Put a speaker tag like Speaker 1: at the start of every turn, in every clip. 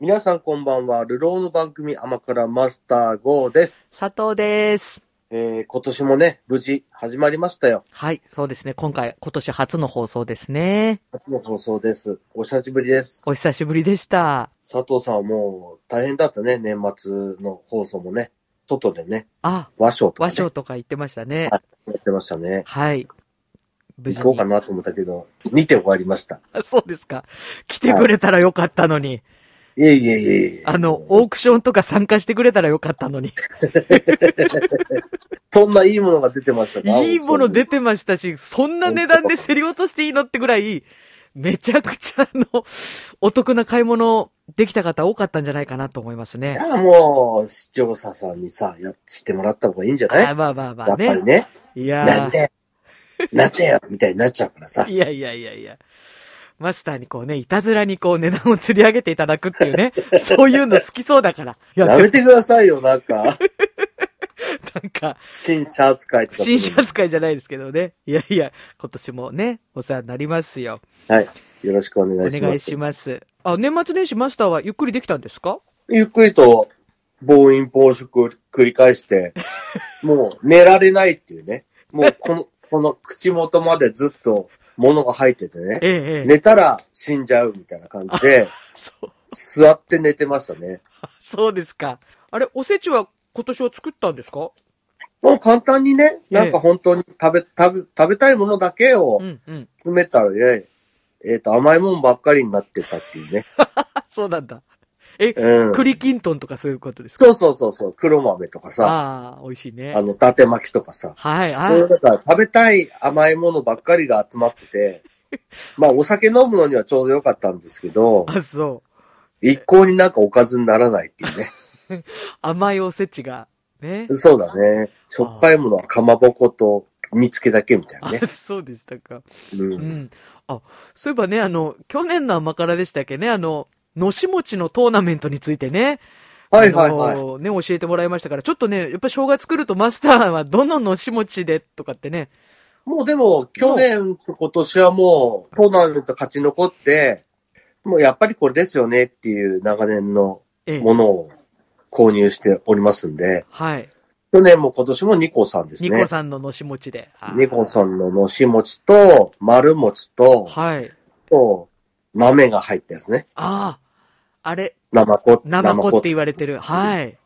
Speaker 1: 皆さんこんばんは。流浪の番組甘辛マスター GO です。
Speaker 2: 佐藤です。
Speaker 1: えー、今年もね、無事始まりましたよ。
Speaker 2: はい、そうですね。今回、今年初の放送ですね。
Speaker 1: 初の放送です。お久しぶりです。
Speaker 2: お久しぶりでした。
Speaker 1: 佐藤さんはもう大変だったね、年末の放送もね。外でね、
Speaker 2: あ、
Speaker 1: 和尚とか、
Speaker 2: 和
Speaker 1: ね、
Speaker 2: 尚とか言ってましたね。
Speaker 1: やってましたね。
Speaker 2: はい。無
Speaker 1: 行こうかなと思ったけど、見て終わりました。
Speaker 2: あそうですか。来てくれたらよかったのに。
Speaker 1: いえいえいえいえ。
Speaker 2: あの、オークションとか参加してくれたらよかったのに。
Speaker 1: そんないいものが出てましたか
Speaker 2: いいもの出てましたし、そんな値段で競り落としていいのってぐらい、めちゃくちゃあの、お得な買い物できた方多かったんじゃないかなと思います
Speaker 1: い
Speaker 2: ね。
Speaker 1: や、もう、視聴者さんにさ、やしてもらった方がいいんじゃない
Speaker 2: あまあまあま
Speaker 1: や
Speaker 2: あ
Speaker 1: っぱ
Speaker 2: ね。
Speaker 1: りね、
Speaker 2: いやー
Speaker 1: なんで、なんでよ、みたいになっちゃうからさ。
Speaker 2: いやいやいやいや。マスターにこうね、いたずらにこう値段を釣り上げていただくって いうね、そういうの好きそうだから。いや、
Speaker 1: や
Speaker 2: でも
Speaker 1: めてくださいよ、なん か。
Speaker 2: なんか、
Speaker 1: 不審者扱いと
Speaker 2: 不
Speaker 1: かす
Speaker 2: 審
Speaker 1: る。
Speaker 2: 者扱いじゃないですけどね。いやいや、今年もね、お世話になりますよ。
Speaker 1: よろしくお
Speaker 2: お
Speaker 1: 願いし
Speaker 2: 願
Speaker 1: ま
Speaker 2: い
Speaker 1: す。
Speaker 2: します。あ、年末年始マスターはゆっくりできたんですか
Speaker 1: ゆっくりと、暴飲暴食を繰り 返して、もう寝られないっていうね。もうこ の、この口元までずっと物が入っててね。
Speaker 2: ええええ。
Speaker 1: 寝たら死んじゃうみたいな感じで、
Speaker 2: そう、
Speaker 1: 座って寝てましたね。
Speaker 2: そうですか。あれ、おせちは今年は作ったんですか
Speaker 1: もう簡単にね、なん
Speaker 2: ええ
Speaker 1: か本当に食べ、食べ、食べたいものだけを
Speaker 2: うんうん。
Speaker 1: 詰めたらね、えっ、と、甘いもんばっかりになってたっていうね。
Speaker 2: あ、そうなんだ。
Speaker 1: うん。
Speaker 2: 栗きんとんとかそういうことですか
Speaker 1: そうそうそうそう、黒豆とかさ、
Speaker 2: ああ、美味しいね
Speaker 1: あ。の、伊達巻きとかさ。
Speaker 2: はい、あ
Speaker 1: そういう
Speaker 2: ー
Speaker 1: だから食べたい甘いものばっかりが集まってて、 まあお酒飲むのにはちょうどよかったんですけど、
Speaker 2: あ、そう。
Speaker 1: 一向になんかおかずにならないっていうね。
Speaker 2: 甘いおせちが、ね。
Speaker 1: そうだね。しょっぱいものはかまぼこと煮付けだけみたいなね
Speaker 2: あ、。そうでしたか。
Speaker 1: う。
Speaker 2: うんん。あ、そういえばね、あの、去年の甘辛でしたっけね、あの、のしもちのトーナメントについてね。
Speaker 1: はいはいは
Speaker 2: あ
Speaker 1: い。
Speaker 2: のね、教えてもらいましたから、ちょっとね、やっぱ正月来るとマスターはどののしもちでとかってね。
Speaker 1: もうでも去年と今年はもうトーナメント勝ち残って、もうやっぱりこれですよねっていう長年の
Speaker 2: ええ。
Speaker 1: ものを購入しておりますんで、
Speaker 2: はい。
Speaker 1: 去年も今年もニコさんです
Speaker 2: ニ
Speaker 1: ね。
Speaker 2: コさんののしもちで。あー
Speaker 1: ニコさんののし餅と、丸餅と、
Speaker 2: はい。
Speaker 1: と、豆が入ったやつね。
Speaker 2: ああ。あれ、
Speaker 1: ナマ
Speaker 2: 生子っ
Speaker 1: コ、
Speaker 2: て
Speaker 1: ナマコ
Speaker 2: 言われてる。はい。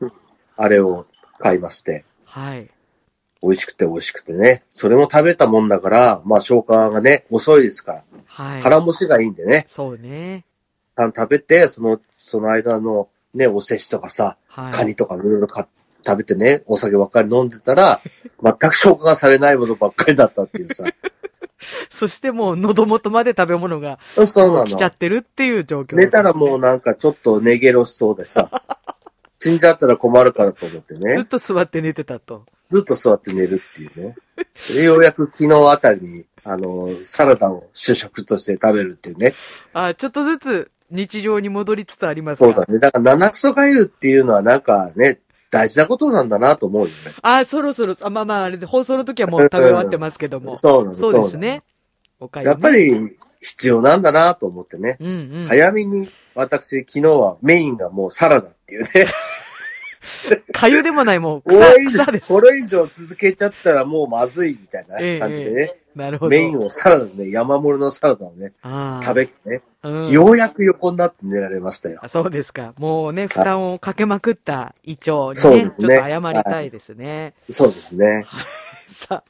Speaker 1: あれを買いまして、
Speaker 2: はい。
Speaker 1: 美味しくて美味しくてね。それも食べたもんだから、まあ消化がね、遅いですから、
Speaker 2: はい。
Speaker 1: 腹持ちがいいんでね。
Speaker 2: そうね。
Speaker 1: た食べて、その、その間のね、おせちとかさ、
Speaker 2: はい。
Speaker 1: カニとかいろいろ買っ食べてね、お酒ばっかり飲んでた ら、全く消化がされないものばっかりだったっていうさ。
Speaker 2: そしてもう喉元まで食べ物が
Speaker 1: そうなの
Speaker 2: 来。ちゃってるっていう状況
Speaker 1: 寝たらもうなんかちょっと寝ゲロしそう でさ、死んじゃったら困るからと思って
Speaker 2: ずっ
Speaker 1: ね、
Speaker 2: と座って寝てたと。
Speaker 1: ずっと座って寝るっていうね。でようやく昨日あたりに、あの、サラダを主食として食べるっていうね。
Speaker 2: あ、ちょっとずつ日常に戻りつつありますか
Speaker 1: そうだね。だから七草がゆっていうのはなんかね、大事なことなんだなと思うよね。
Speaker 2: あ、そろそろ、あ、まあまあ、あれで放送の時はもう食べ終わってますけども。
Speaker 1: そうなの、
Speaker 2: そうですね。お
Speaker 1: そ
Speaker 2: か
Speaker 1: うなの。やっぱ。り必要なんだなと思ってね。
Speaker 2: うんうん。
Speaker 1: 早めに、私、昨日はメインがもうサラダっていう ね。
Speaker 2: かゆでもないもう
Speaker 1: これ
Speaker 2: 草、
Speaker 1: 以上
Speaker 2: 草です
Speaker 1: こ。れ以上続けちゃったらもうまずいみたいな
Speaker 2: ええ
Speaker 1: 感じでね。
Speaker 2: なるほど。
Speaker 1: メインをサラダね、山盛りのサラダをね、
Speaker 2: あー
Speaker 1: 食べてね、
Speaker 2: うん
Speaker 1: ようやく横になって寝られましたよ。
Speaker 2: あそうですか。もうね、負担をかけまくった胃腸にね、ち
Speaker 1: そう
Speaker 2: ょ
Speaker 1: で
Speaker 2: っ
Speaker 1: す
Speaker 2: と
Speaker 1: ね
Speaker 2: 謝りたいですね。
Speaker 1: そうですね。
Speaker 2: さあ、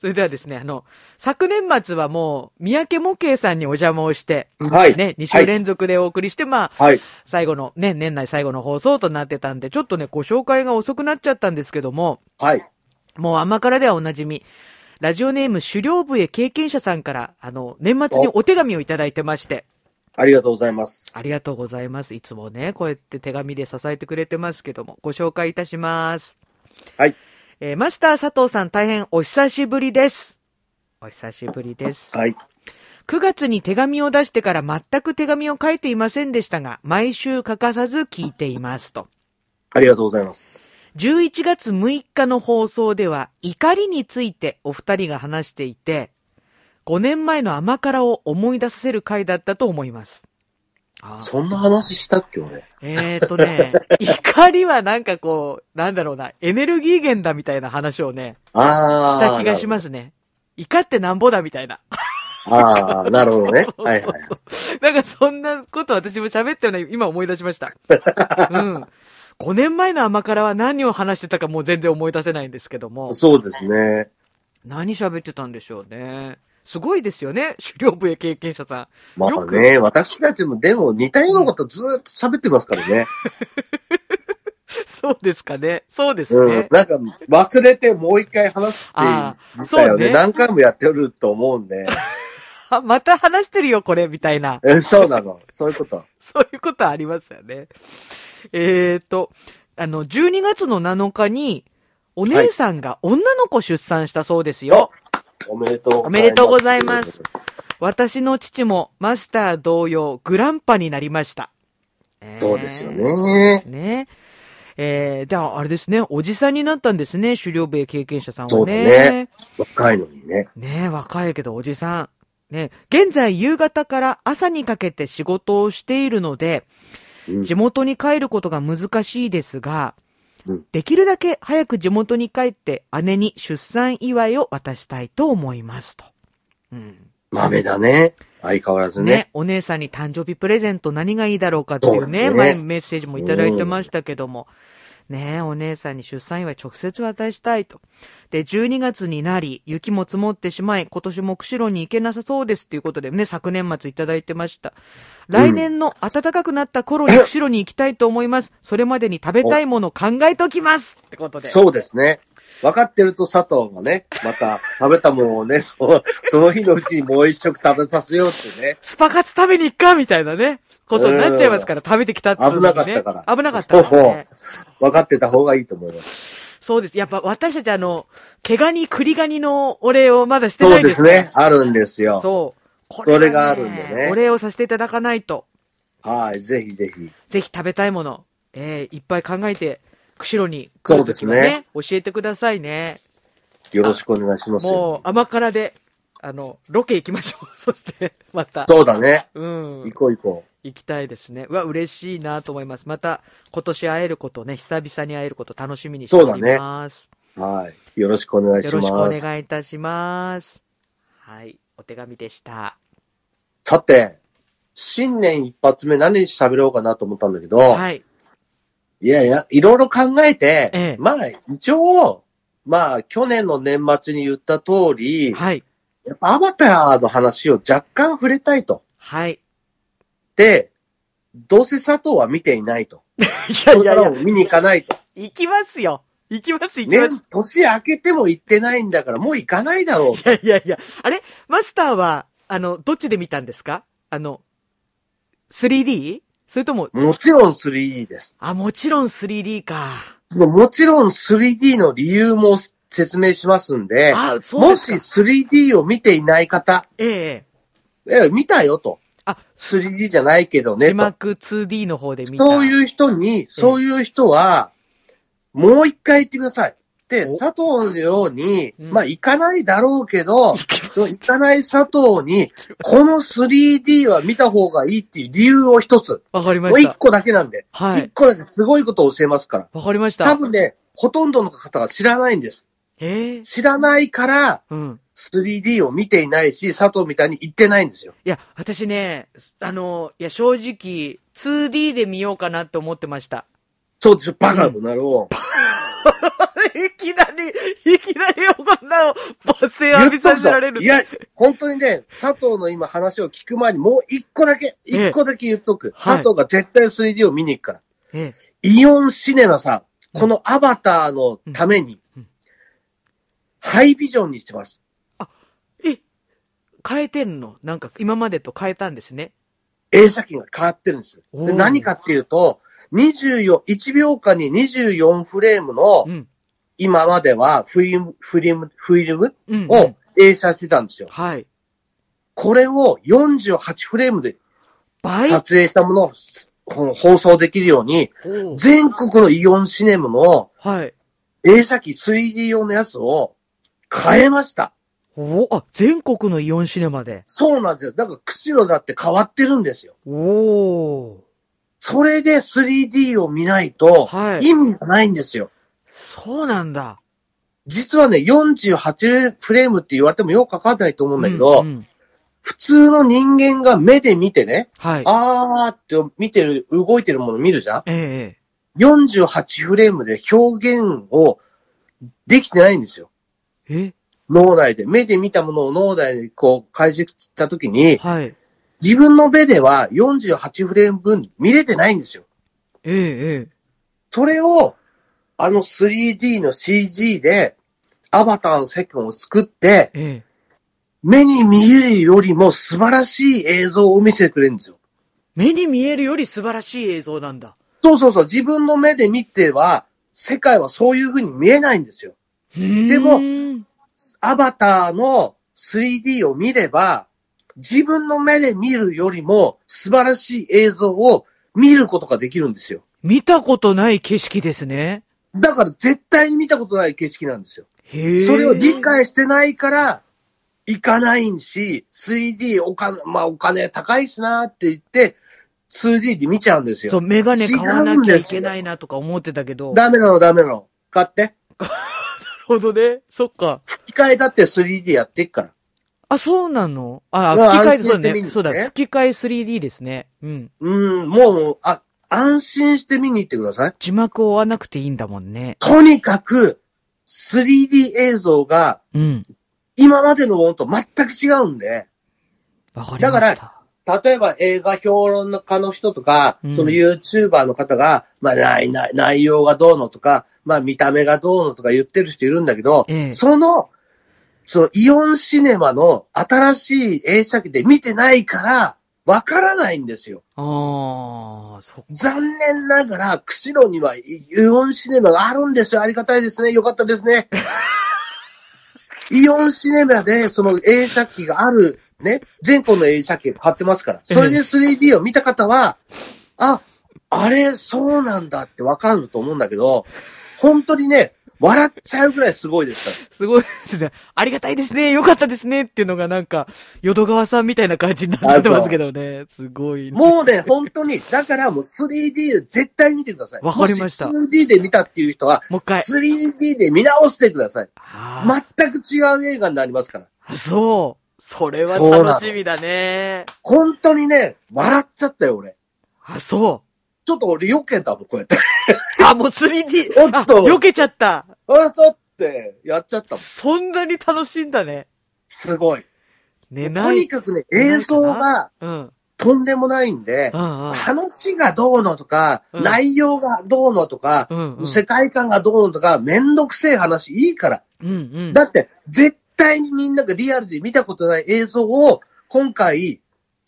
Speaker 2: それではですね、あの、昨年末はもう、三宅模型さんにお邪魔をして、
Speaker 1: はい。
Speaker 2: ね、2週連続でお送りして、まあ、
Speaker 1: はい。
Speaker 2: 最後の、ね、年内最後の放送となってたんで、ちょっとね、ご紹介が遅くなっちゃったんですけども、
Speaker 1: はい。
Speaker 2: もう甘辛ではおなじみ、ラジオネーム狩猟部へ経験者さんから、あの、年末にお手紙をいただいてまして、
Speaker 1: ありがとうございます。
Speaker 2: ありがとうございます。いつもね、こうやって手紙で支えてくれてますけども、ご紹介いたします。
Speaker 1: はい。
Speaker 2: えーマスター佐藤さん大変お久しぶりです。お久しぶりです。
Speaker 1: はい。
Speaker 2: 9月に手紙を出してから全く手紙を書いていませんでしたが、毎週欠かさず聞いていますと。
Speaker 1: ありがとうございます。
Speaker 2: 11月6日の放送では怒りについてお二人が話していて、5年前の甘辛を思い出させる回だったと思います。あー
Speaker 1: そんな話したっけ、俺。
Speaker 2: えーっと ね、怒りはなんかこう、なんだろうな、エネルギー源だみたいな話をね、
Speaker 1: あ
Speaker 2: し
Speaker 1: あ。
Speaker 2: た気がしますね。怒ってなんぼだみたいな。
Speaker 1: す。ああ、なるほどね
Speaker 2: 。そうそうそう
Speaker 1: はいはい。
Speaker 2: なんかそんなこと私も喋ったような、今思い出しました。うん。5年前の甘辛は何を話してたかもう全然思い出せないんですけども、
Speaker 1: そうですね。
Speaker 2: 何喋ってたんでしょうね。すごいですよね、狩猟部や経験者さん。
Speaker 1: ま
Speaker 2: よ
Speaker 1: あ
Speaker 2: く
Speaker 1: ね、私たちも、でも似たようなことずーっと喋ってます からね。
Speaker 2: そうですかね。そうですね。
Speaker 1: うん。なんか、忘れてもう一回話すって
Speaker 2: あ
Speaker 1: いう。そう
Speaker 2: そうね
Speaker 1: ね。何回もやってると思うんで。
Speaker 2: あ、また話してるよ、これ、みたいな。
Speaker 1: えそうなの。そういうこと。
Speaker 2: そういうことありますよね。えーと、あの、12月の7日に、お姉さんが女の子出産したそうですよ。
Speaker 1: おめでとう
Speaker 2: おめでとうございます。私の父もマスター同様、グランパになりました。
Speaker 1: そうですよ
Speaker 2: えー。
Speaker 1: ね。
Speaker 2: ね。えー、じゃあ、あれですね、おじさんになったんですね、狩猟部へ経験者さんは
Speaker 1: そうだ
Speaker 2: ね
Speaker 1: ね。若いのにね。
Speaker 2: ねえ、若いけどおじさん。ねえ、現在夕方から朝にかけて仕事をしているので、
Speaker 1: うん
Speaker 2: 地元に帰ることが難しいですが、
Speaker 1: うん
Speaker 2: できるだけ早く地元に帰って姉に出産祝いを渡したいと思いますと。うん。
Speaker 1: 豆だね。相変わらず
Speaker 2: ね
Speaker 1: ね。
Speaker 2: お姉さんに誕生日プレゼント何がいいだろうかっていうね、
Speaker 1: そうですね
Speaker 2: 前メッセージもいただいてましたけども、ねえお姉さんに出産祝い直接渡したいと。で、12月になり、雪も積もってしまい、今年も釧路に行けなさそうですっていうことでね、昨年末いただいてました。来年の暖かくなった頃に釧路に行きたいと思います。それまでに食べたいものを考えときますってことで。
Speaker 1: そうですね。分かってると佐藤がね、また食べたものをね、そのその日のうちにもう一食食べさせようってね。
Speaker 2: スパカツ食べに行っかみたいなね、ことになっちゃいますから、食べてきたっつうのにね。
Speaker 1: 危なかったから
Speaker 2: 危なかったから
Speaker 1: そうそ
Speaker 2: ね
Speaker 1: う。分かってた方がいいと思います。
Speaker 2: そうです。やっぱ私たちあの、毛ガニ、栗ガニのお礼をまだして
Speaker 1: そ
Speaker 2: な
Speaker 1: う
Speaker 2: いで
Speaker 1: ですす
Speaker 2: から
Speaker 1: ね。。あるんですよ。
Speaker 2: そう。こ
Speaker 1: それ
Speaker 2: は
Speaker 1: があるんでね
Speaker 2: お礼をさせていただかないと、
Speaker 1: はい。ぜひぜひ。
Speaker 2: ぜひ食べたいもの、えー、いっぱい考えて、釧路に来るときは
Speaker 1: そう
Speaker 2: ね
Speaker 1: で
Speaker 2: 教えてくださいね。
Speaker 1: よろしくお願いしますよ。
Speaker 2: もう甘辛で、あの、ロケ行きましょう。 そして、また。
Speaker 1: そうだね。
Speaker 2: うん
Speaker 1: 行。こう行こ
Speaker 2: 行きたいですね。うわ、嬉しいなと思います。また、今年会えることね、久々に会えること楽しみにしております。
Speaker 1: う。はい。よろしくお願い
Speaker 2: よ
Speaker 1: し
Speaker 2: ろ
Speaker 1: ま
Speaker 2: しくお
Speaker 1: す。
Speaker 2: 願いいたします。はい。お手紙でした。
Speaker 1: さて、新年一発目何喋ろうかなと思ったんだけど、
Speaker 2: はい。
Speaker 1: いやいや、いろいろ考えて、
Speaker 2: ええ
Speaker 1: まあ、一応、まあ、去年の年末に言った通り、
Speaker 2: はい。
Speaker 1: やっぱアバターの話を若干触れたいと。
Speaker 2: はい。い
Speaker 1: で、どうせ佐藤は見ていないと。
Speaker 2: や
Speaker 1: こ
Speaker 2: い
Speaker 1: れ
Speaker 2: や
Speaker 1: か
Speaker 2: い
Speaker 1: ら
Speaker 2: や
Speaker 1: も、見に行かないと。
Speaker 2: 行きますよ。行きます、行き
Speaker 1: ね
Speaker 2: ます。、
Speaker 1: 年明けても行ってないんだから、もう行かないだろう。
Speaker 2: いやいやいや。あれマスターは、あの、どっちで見たんですかあの、3D? それとも、
Speaker 1: もちろん 3D です。
Speaker 2: あ、もちろん 3D か。
Speaker 1: もちろん 3D の理由も説明しますんで、
Speaker 2: あ、そう
Speaker 1: も
Speaker 2: で
Speaker 1: し
Speaker 2: すか。
Speaker 1: 3D を見ていない方、
Speaker 2: ええ。
Speaker 1: え、見たよと。
Speaker 2: あ
Speaker 1: 3D じゃないけどね、
Speaker 2: 字
Speaker 1: と。
Speaker 2: 幕 2D の方で見た。
Speaker 1: そういう人に、そういう人は、もう一回行ってください。で、
Speaker 2: お
Speaker 1: 佐藤のように、
Speaker 2: うん
Speaker 1: まあ行かないだろう けど、
Speaker 2: 行きます
Speaker 1: その行かない佐藤に、この 3D は見た方がいいっていう理由を一つ。
Speaker 2: わかりま
Speaker 1: もう
Speaker 2: し
Speaker 1: 一
Speaker 2: た。
Speaker 1: 個だけなんで。
Speaker 2: は
Speaker 1: 一
Speaker 2: い。
Speaker 1: 個だけすごいことを教えますから。
Speaker 2: わかりまし
Speaker 1: 多
Speaker 2: た。
Speaker 1: 分ね、ほとんどの方が知らないんです。
Speaker 2: ええ
Speaker 1: 知らないから、
Speaker 2: うん。
Speaker 1: 3D を見ていないし、佐藤みたいに行ってないんですよ。
Speaker 2: いや、私ね、あの、いや、正直、2D で見ようかなって思ってました。
Speaker 1: そうでしょ、バカのなろう。
Speaker 2: いきなり、いきなりこんなの、罵声浴
Speaker 1: 言
Speaker 2: び
Speaker 1: っと
Speaker 2: さ
Speaker 1: く
Speaker 2: せ
Speaker 1: ぞ
Speaker 2: られる。
Speaker 1: いや、本当にね、佐藤の今話を聞く前にもう一個だけ、
Speaker 2: ええ
Speaker 1: 一個だけ言っとく。
Speaker 2: はい
Speaker 1: 佐藤が絶対 3D を見に行くから。
Speaker 2: ええ、
Speaker 1: イオンシネマさ
Speaker 2: うん
Speaker 1: ん、このアバターのために
Speaker 2: うんうん、
Speaker 1: ハイビジョンにしてます。
Speaker 2: え、変えてんのなんか、今までと変えたんですね。
Speaker 1: 映作品が変わってるんです。
Speaker 2: お
Speaker 1: で
Speaker 2: ー
Speaker 1: 何かっていうと、24、1秒間に24フレームの
Speaker 2: う、ん。
Speaker 1: 今まではフィルム、フィルム、フィルム
Speaker 2: うん。
Speaker 1: を映写してたんですよ。
Speaker 2: はい。
Speaker 1: これを48フレームで
Speaker 2: 倍
Speaker 1: 撮影したものをこの放送できるように、
Speaker 2: おー
Speaker 1: 全国のイオンシネムの
Speaker 2: はい。
Speaker 1: 映写機 3D 用のやつを変えました。
Speaker 2: おあ、全国のイオンシネマで。
Speaker 1: そうなんですよ。だから釧路だって変わってるんですよ。
Speaker 2: おお。
Speaker 1: それで 3D を見ないと
Speaker 2: はい
Speaker 1: 意味がないんですよ。
Speaker 2: そうなんだ。
Speaker 1: 実はね、48フレームって言われてもよくわかんないと思うんだけど、
Speaker 2: うんうん
Speaker 1: 普通の人間が目で見てね、
Speaker 2: はい。
Speaker 1: あーって見てる、動いてるもの見るじゃん
Speaker 2: ええ
Speaker 1: ?48 フレームで表現をできてないんですよ。
Speaker 2: ええ。
Speaker 1: 脳内で。目で見たものを脳内でこう解析したときに、
Speaker 2: はい。え
Speaker 1: 自分の目では48フレーム分見れてないんですよ。
Speaker 2: ええ
Speaker 1: それを、あの 3D の CG で、アバターの世界を作って、
Speaker 2: えええ。
Speaker 1: 目に見えるよりも素晴らしい映像を見せてくれるんですよ。
Speaker 2: 目に見えるより素晴らしい映像なんだ。
Speaker 1: そうそうそう、自分の目で見ては、世界はそういう風に見えないんですよ。
Speaker 2: で
Speaker 1: もアバターの 3D を見れば、自分の目で見るよりも素晴らしい映像を見ることができるんですよ。
Speaker 2: 見たことない景色ですね。
Speaker 1: だから絶対に見たことない景色なんですよ。
Speaker 2: へえ。
Speaker 1: それを理解してないから、行かないし、3D お金、まあお金高いしなって言って、2D で見ちゃうんですよ。
Speaker 2: そう、メガネ買わなきゃいけないなとか思ってたけど。なる
Speaker 1: ダメなのダメなの。買って。
Speaker 2: ほどね。そっか。
Speaker 1: 吹き替えだって 3D やってっから。
Speaker 2: あ、そうなのあ、
Speaker 1: まあ
Speaker 2: 吹き替え、
Speaker 1: 安
Speaker 2: そう
Speaker 1: 心して
Speaker 2: だ
Speaker 1: 見
Speaker 2: ね。
Speaker 1: に行ってね
Speaker 2: そうだ。吹き替え 3D ですね。うん。
Speaker 1: うん、もう、あ、安心して見に行ってください。
Speaker 2: 字幕を追わなくていいんだもんね。
Speaker 1: とにかく、3D 映像が
Speaker 2: うん。
Speaker 1: 今までのものと全く違うんで、
Speaker 2: わかりました。
Speaker 1: だ例えば映画評論家の人とか
Speaker 2: う、ん
Speaker 1: その YouTuber の方が、まあ内内内容がどうのとか、まあ見た目がどうのとか言ってる人いるんだけど、
Speaker 2: ええ
Speaker 1: その、そのイオンシネマの新しい映写機で見てないから、わからないんですよ。
Speaker 2: ああ、そっか。
Speaker 1: 残念ながら、釧路にはイオンシネマがあるんですよ。ありがたいですね。よかったです ね。イオンシネマで、その映写機がある、ね、全国の映写機が買ってますから。それで 3D を見た方は、あ、あれ、そうなんだってわかると思うんだけど、本当にね、笑っちゃうぐらいすごいですか
Speaker 2: すごいですね。ありがたいですね。よかったですね。っていうのがなんか、淀川さんみたいな感じになっちゃってますけどね。すごい、
Speaker 1: ら。
Speaker 2: ね。
Speaker 1: もうね、本当に、だからもう 3D で絶対見てください。
Speaker 2: わかりました
Speaker 1: もし 3D で見たっていう人は、
Speaker 2: もう一回。
Speaker 1: 3D で見直してください。
Speaker 2: あー
Speaker 1: 全く違う映画になりますから。
Speaker 2: そう。それは
Speaker 1: そうなの
Speaker 2: 楽しみだね。
Speaker 1: 本当にね、笑っちゃったよ、俺。
Speaker 2: あ、そ
Speaker 1: ちょっと俺避けたもん、こうやって。
Speaker 2: う。あ、もう 3D。
Speaker 1: おっと
Speaker 2: あ避けちゃった。
Speaker 1: あ、だって、やっちゃったもん。
Speaker 2: そんなに楽しいんだね。
Speaker 1: すごい。
Speaker 2: 寝
Speaker 1: と
Speaker 2: な
Speaker 1: に
Speaker 2: い。
Speaker 1: かくね、映像が
Speaker 2: うん。うん
Speaker 1: とんでもないんで
Speaker 2: う、ん。
Speaker 1: 話がどうのとか、
Speaker 2: うん
Speaker 1: 内容がどうのとか、
Speaker 2: うんうん。
Speaker 1: 世界観がどうのとか、めんどくせえ話いいから。
Speaker 2: うんうん。
Speaker 1: だって、絶対にみんながリアルで見たことない映像を、今回、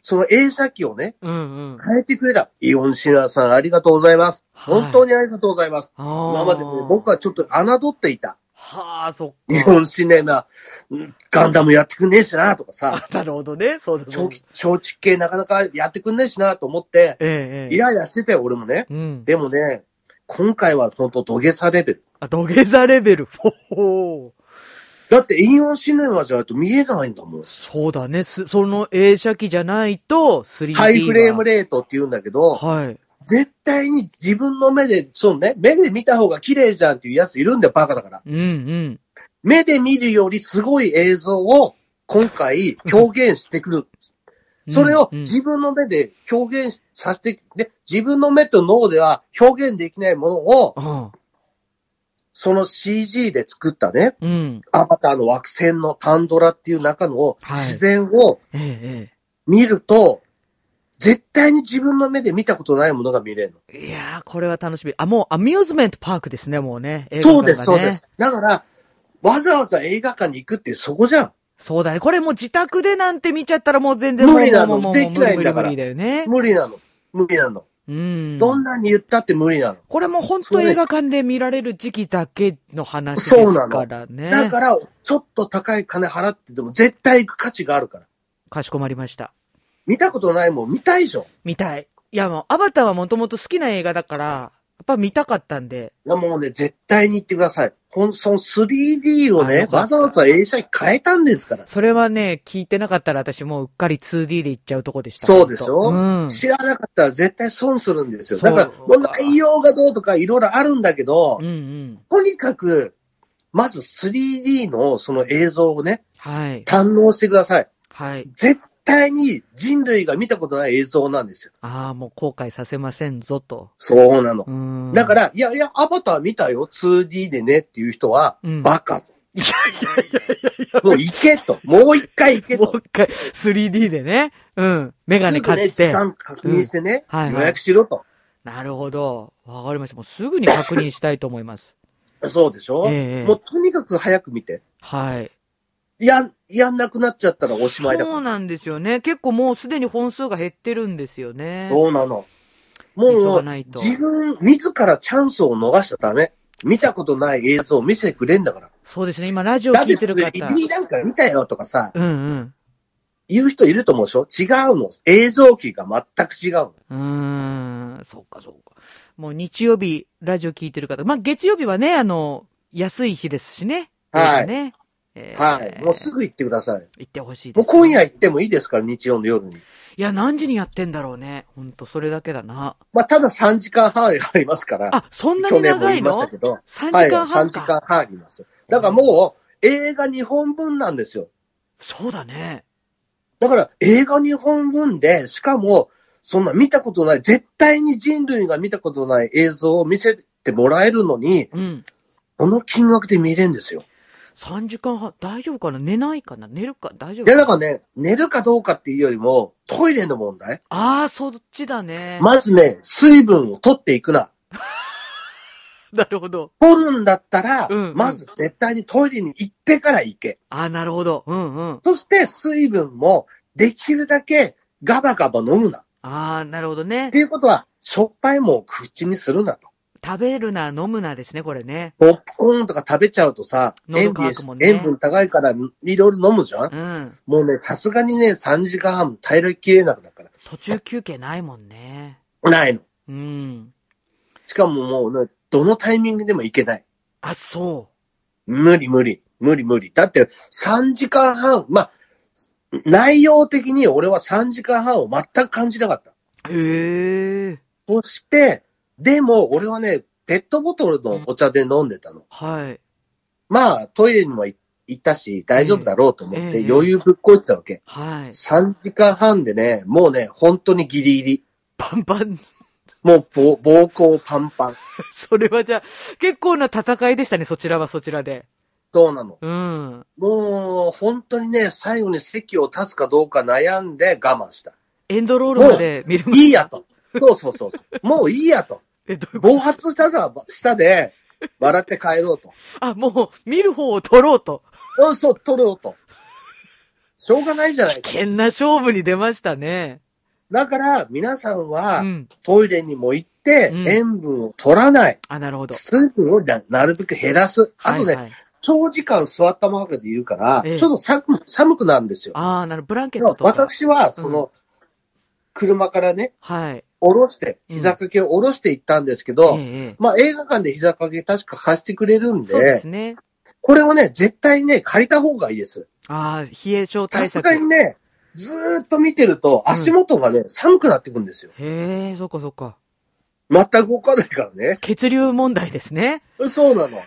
Speaker 1: その映写機をね、
Speaker 2: うんうん。
Speaker 1: 変えてくれた。イオンシナさんありがとうございます。
Speaker 2: はい
Speaker 1: 本当にありがとうございます。
Speaker 2: 今
Speaker 1: 今までね、僕はちょっと侮っていた。
Speaker 2: はあ、そっか。
Speaker 1: 日本シネマ、うんガンダムやってくんねえし なとかさ、
Speaker 2: あなるほどね。そうだそうだ。
Speaker 1: 長期、長期系なかなかやってくんねえしなと思って、
Speaker 2: ええ、
Speaker 1: イ
Speaker 2: ええ。
Speaker 1: ライラしてたよ、俺もね。
Speaker 2: うん。
Speaker 1: でもね、今回は本当土下座レベル。
Speaker 2: あ、土下座レベル。ほほ
Speaker 1: だって、イオンシネマじゃないと見えないんだもん
Speaker 2: ー。そうだね。す、その映写機じゃないと、3D は。
Speaker 1: ハイフレーム
Speaker 2: レ
Speaker 1: レートって言うんだけど、
Speaker 2: はい。
Speaker 1: 絶対に自分の目で、そうね、目で見た方が綺麗じゃんっていうやついるんだよ、バカだから。
Speaker 2: うんうん。
Speaker 1: 目で見るよりすごい映像を今回表現してくる。それを
Speaker 2: うんうん
Speaker 1: 自分の目で表現させて、で、自分の目と脳では表現できないものを、
Speaker 2: うん。
Speaker 1: その CG で作ったね、
Speaker 2: うん。
Speaker 1: アバターの惑星のタンドラっていう中の
Speaker 2: はい
Speaker 1: 自然を
Speaker 2: ええ、
Speaker 1: 見ると、絶対に自分の目で見たことないものが見れるの。
Speaker 2: ええ。いやー、これは楽しみ。あ、もうアミューズメントパークですね、もうね。映画
Speaker 1: そ
Speaker 2: 館
Speaker 1: う
Speaker 2: がね
Speaker 1: です、そうです。。だから、わざわざ映画館に行くってそこじゃん。
Speaker 2: そうだね。これもう自宅でなんて見ちゃったらもう全然もう
Speaker 1: 無理なの
Speaker 2: もうもう
Speaker 1: できないんだ
Speaker 2: も
Speaker 1: か
Speaker 2: う
Speaker 1: ら
Speaker 2: 無理無理無理だよね。
Speaker 1: 無理なの。無理なの。
Speaker 2: うん。
Speaker 1: どんなに言ったって無理なの。
Speaker 2: これも本
Speaker 1: そ
Speaker 2: 当
Speaker 1: れ
Speaker 2: 映画館で見られる時期だけの話ですからね。
Speaker 1: だから、ちょっと高い金払ってても絶対行く価値があるから。
Speaker 2: かしこまりました。
Speaker 1: 見たことないもん見たいじゃん。
Speaker 2: 見たい。いやもう、アバターはもともと好きな映画だから、っぱ見たかったんで。
Speaker 1: いや、もうね、絶対に行ってください。ほん、その 3D を
Speaker 2: あよ、
Speaker 1: ね
Speaker 2: かった
Speaker 1: わざわざ映写機変えたんですから。
Speaker 2: それはね、聞いてなかったら私もううっかり 2D で行っちゃうとこでした。
Speaker 1: そうでしょ
Speaker 2: うん。
Speaker 1: 知らなかったら絶対損するんですよ。
Speaker 2: そう
Speaker 1: だから、もう内容がどうとかいろいろあるんだけど
Speaker 2: うん、うん。
Speaker 1: とにかく、まず 3D のその映像をね、
Speaker 2: はい。
Speaker 1: 堪能してください。
Speaker 2: はい。
Speaker 1: 絶対に人類が見たことない映像なんですよ。
Speaker 2: ああ、もう後悔させませんぞと。
Speaker 1: そうなの。
Speaker 2: うん。、
Speaker 1: だからら、いやいや、アバター見たよ、2D でねっていう人は、
Speaker 2: うん。
Speaker 1: バカ。
Speaker 2: いやいやいやいや
Speaker 1: もう行けと。もう一回行け
Speaker 2: も
Speaker 1: と。
Speaker 2: う一回 3D でね。うん。メガネ買っ
Speaker 1: すぐ
Speaker 2: て
Speaker 1: ね時。間確認してね、
Speaker 2: うんはいはい
Speaker 1: 予約しろと。
Speaker 2: なるほど。わかりました。もうすぐに確認したいと思います。
Speaker 1: そうでしょ、
Speaker 2: ええ
Speaker 1: もうとにかく早く見て。
Speaker 2: はい。
Speaker 1: や、やんなくなっちゃったらおしまいだから。
Speaker 2: そうなんですよね。結構もうすでに本数が減ってるんですよね。
Speaker 1: そうなの。
Speaker 2: 急
Speaker 1: も
Speaker 2: が
Speaker 1: う、
Speaker 2: ないと。
Speaker 1: 自分、自らチャンスを逃しちゃダメ。見たことない映像を見せてくれんだから。
Speaker 2: そうですね。今ラジオ
Speaker 1: だっ
Speaker 2: 聞
Speaker 1: て
Speaker 2: いてる方。
Speaker 1: 3D なんか見たよとかさ、
Speaker 2: うんうん。
Speaker 1: 言う人いると思うでしょ違うの。映像機が全く違うの。
Speaker 2: うーん、そうかそうか。もう日曜日、ラジオ聞いてる方。まあ、月曜日はね、あの、安い日ですしね。
Speaker 1: はい
Speaker 2: ね。えー
Speaker 1: はい。もうすぐ行ってください。
Speaker 2: 行ってほしいです、
Speaker 1: もう今夜行ってもいいですから、日曜の夜に。
Speaker 2: いや、何時にやってんだろうね。ほんと、それだけだな。
Speaker 1: まあ、ただ3時間半ありますから。
Speaker 2: あ、そんな
Speaker 1: 去
Speaker 2: に
Speaker 1: 年も
Speaker 2: 長
Speaker 1: 言
Speaker 2: い
Speaker 1: いました
Speaker 2: の
Speaker 1: けど。
Speaker 2: ?3 時
Speaker 1: はい、
Speaker 2: 間半
Speaker 1: 3時
Speaker 2: か、
Speaker 1: 間半あります。だからもう、映画2本分なんですよ。
Speaker 2: そうだね。
Speaker 1: だから、映画2本分で、しかも、そんな見たことない、絶対に人類が見たことない映像を見せてもらえるのに、
Speaker 2: うん。
Speaker 1: この金額で見れるんですよ。
Speaker 2: 3時間半、大丈夫かな寝ないかな寝るか大丈夫
Speaker 1: で、なん
Speaker 2: か
Speaker 1: かね、寝るかどうかっていうよりも、トイレの問題。
Speaker 2: ああ、そっちだね。
Speaker 1: まずね、水分を取っていくな。
Speaker 2: なるほど。
Speaker 1: 取るんだったら、
Speaker 2: うんうん
Speaker 1: まず絶対にトイレに行ってから行け。
Speaker 2: ああ、なるほど。うんうん。
Speaker 1: そして、水分も、できるだけ、ガバガバ飲むな。っ
Speaker 2: ああ、なるほどね
Speaker 1: て。いうことは、しょっぱいもんを口にするなと。
Speaker 2: 食べるな、飲むなですね、これね。
Speaker 1: ポップコーンとか食べちゃうとさ、
Speaker 2: 喉
Speaker 1: 塩
Speaker 2: 乾
Speaker 1: 分
Speaker 2: くもんね
Speaker 1: 塩分高いからいろいろ飲むじゃん
Speaker 2: うん。
Speaker 1: もうね、さすがにね、3時間半耐えきれなくなるか
Speaker 2: 途中休憩ないもんね。
Speaker 1: ら。ないの。
Speaker 2: うん。
Speaker 1: しかももうね、どのタイミングでもいけない。
Speaker 2: あ、そ
Speaker 1: 無理無理。無理無理。だって、3時間半、まあ、内容的に俺は3時間半を全く感じなかった。
Speaker 2: う。へえ。
Speaker 1: そして、でも俺はね、ペットボトルのお茶で飲んでたの。
Speaker 2: はい。
Speaker 1: まあ、トイレにも行ったし、大丈夫だろうと思っ
Speaker 2: え
Speaker 1: て
Speaker 2: え
Speaker 1: 余裕ぶっこいてたわけ。
Speaker 2: はい。
Speaker 1: 3時間半でね、もうね、本当にギリギリ。
Speaker 2: パンパン。
Speaker 1: もう、ぼ膀胱パンパン。
Speaker 2: それはじゃあ、結構な戦いでしたね、そちらはそちらで。
Speaker 1: そうなの。
Speaker 2: うん。
Speaker 1: もう、本当にね、最後に席を立つかどうか悩んで我慢 した。
Speaker 2: エンドロールまで見る
Speaker 1: いいやと。そうそうそうそう。もういいやと。
Speaker 2: え、どういうこ
Speaker 1: 暴発したら、下で、笑って帰ろうと。
Speaker 2: とあ、もう、見る方を取ろうと。
Speaker 1: うん、そう、取ろうと。しょうがないじゃない
Speaker 2: 危
Speaker 1: か。
Speaker 2: 険な勝負に出ましたね。
Speaker 1: だから、皆さん
Speaker 2: う
Speaker 1: は、
Speaker 2: ん。
Speaker 1: トイレにも行って、
Speaker 2: うん
Speaker 1: 塩分を取らない。
Speaker 2: あ、なるほど。
Speaker 1: 水分をななるべく減らす。あとね、
Speaker 2: はいはい、
Speaker 1: 長時間座ったままでいるから、
Speaker 2: ええ
Speaker 1: ちょっと寒く寒くなるんですよ。
Speaker 2: ああ、なるほどブランケットとか。
Speaker 1: 私は、その、車からね、
Speaker 2: はい。
Speaker 1: 下ろして、
Speaker 2: うん
Speaker 1: 膝掛けを下ろして行ったんですけ
Speaker 2: え
Speaker 1: ど、
Speaker 2: ええ
Speaker 1: まあ映画館で膝掛け確か貸してくれるん
Speaker 2: え
Speaker 1: で、
Speaker 2: そうですね。
Speaker 1: これをね、絶対ね、借りた方がいいです。
Speaker 2: ああ、冷え症
Speaker 1: さ
Speaker 2: 対
Speaker 1: す
Speaker 2: 策。
Speaker 1: がにね、ずーっと見てると足元がね、寒くなってくんですよ。
Speaker 2: へえ、そっかそっか。
Speaker 1: 全く動かないからね。
Speaker 2: 血流問題ですね。
Speaker 1: そうなの。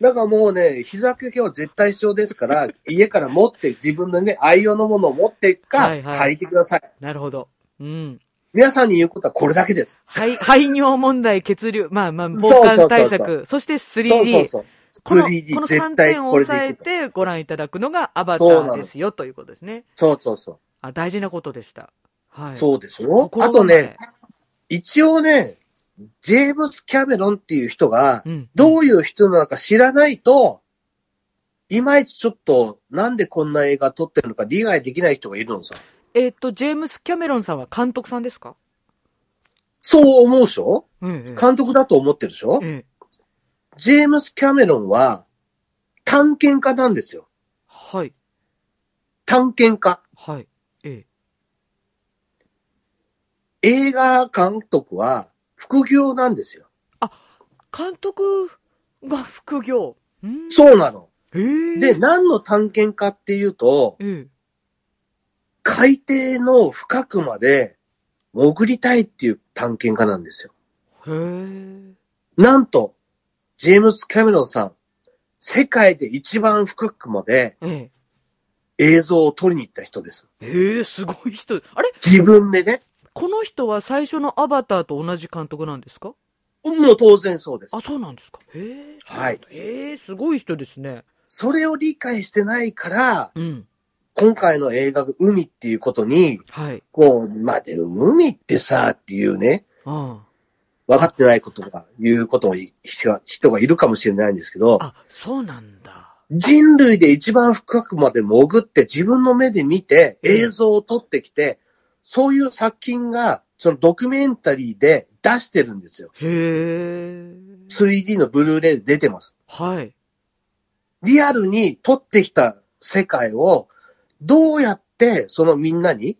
Speaker 1: だからもうね、膝掛けは絶対必要です から、家から持って、自分のね、愛用のものを持っていくか、
Speaker 2: はいはい
Speaker 1: 借りてください。
Speaker 2: なるほど。うん。
Speaker 1: 皆さんに言うことはこれだけです。
Speaker 2: 肺、 排尿問題、血流、まあまあ、
Speaker 1: そう
Speaker 2: 防
Speaker 1: そ
Speaker 2: 寒
Speaker 1: うそう
Speaker 2: 対
Speaker 1: そう
Speaker 2: 策、そして 3D。
Speaker 1: そうそうそう。
Speaker 2: この、こ
Speaker 1: 3D
Speaker 2: の3
Speaker 1: 絶対
Speaker 2: 点を
Speaker 1: これ
Speaker 2: 押さ
Speaker 1: で
Speaker 2: え
Speaker 1: いく。
Speaker 2: てご覧いただくのがアバタ
Speaker 1: そうな
Speaker 2: ー
Speaker 1: の
Speaker 2: ですよということですね。
Speaker 1: そうそうそう。
Speaker 2: あ、大事なことでした。はい。
Speaker 1: そうでしょ
Speaker 2: 心
Speaker 1: あ
Speaker 2: 構
Speaker 1: と
Speaker 2: え
Speaker 1: ね、、一応ね、ジェームス・キャメロンっていう人が、
Speaker 2: うん。
Speaker 1: ど
Speaker 2: う
Speaker 1: ういう人なのか知らないと、いまいちちょっと、なんでこんな映画撮ってるのか理解できない人がいるのさ。
Speaker 2: えっ、と、ジェームス・キャメロンさんは監督さんですか
Speaker 1: そう思うでしょ
Speaker 2: うん、うん。
Speaker 1: 監督だと思ってるでしょ
Speaker 2: ええ
Speaker 1: ジェームス・キャメロンは、探検家なんですよ。
Speaker 2: はい。
Speaker 1: 探検家。
Speaker 2: はい。え
Speaker 1: 映画監督は、副業なんですよ。
Speaker 2: あ、監督が副業。うん
Speaker 1: そうなの。
Speaker 2: へえ。
Speaker 1: で、、何の探検かっていうと、
Speaker 2: ええ。
Speaker 1: 海底の深くまで潜りたいっていう探検家なんですよ。
Speaker 2: へえ。
Speaker 1: なんと、ジェームス・キャメロンさん、世界で一番深くまで
Speaker 2: ええ。
Speaker 1: 映像を撮りに行った人です。
Speaker 2: ええ、すごい人。あれ
Speaker 1: 自分でね。
Speaker 2: この人は最初のアバターと同じ監督なんですか
Speaker 1: もう当然そうです
Speaker 2: あ、。そうなんですか。へえ。
Speaker 1: はい。
Speaker 2: ええ、すごい人ですね。
Speaker 1: それを理解してないから、
Speaker 2: うん。
Speaker 1: 今回の映画が海っていうことに、
Speaker 2: はい。
Speaker 1: こう、まあ、でも海ってさ、っていうね、
Speaker 2: あ
Speaker 1: 分かってないことが、いうことをい人が人がいるかもしれないんですけど
Speaker 2: あ。、あ、そうなんだ。
Speaker 1: 人類で一番深くまで潜って自分の目で見て映像を撮ってきて、そういう作品がそのドキュメンタリーで出してるんですよ。
Speaker 2: へえ。
Speaker 1: 3D のブルーレイで出てます。
Speaker 2: はい。
Speaker 1: リアルに撮ってきた世界をどうやってそのみんなに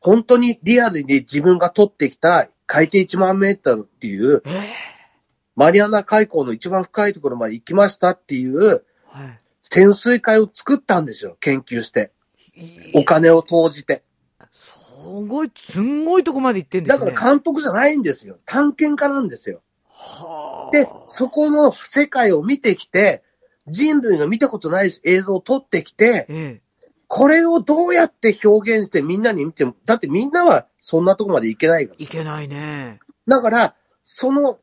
Speaker 1: 本当にリアルに自分が撮ってきた海底1万メートルっていう
Speaker 2: ええ。
Speaker 1: マリアナ海溝の一番深いところまで行きましたっていう
Speaker 2: はい。
Speaker 1: 潜水艦を作ったんですよ。研究して。お金を投じて。
Speaker 2: すごい、すんごいとこまで行ってんです
Speaker 1: だ
Speaker 2: ね。
Speaker 1: から監督じゃないんですよ。探検家なんですよ。
Speaker 2: はあ。
Speaker 1: で、そこの世界を見てきて、人類が見たことない映像を撮ってきて、
Speaker 2: ええ。
Speaker 1: これをどうやって表現してみんなに見ても、だってみんなはそんなとこまでいけないから
Speaker 2: い。けないね。
Speaker 1: だから、その、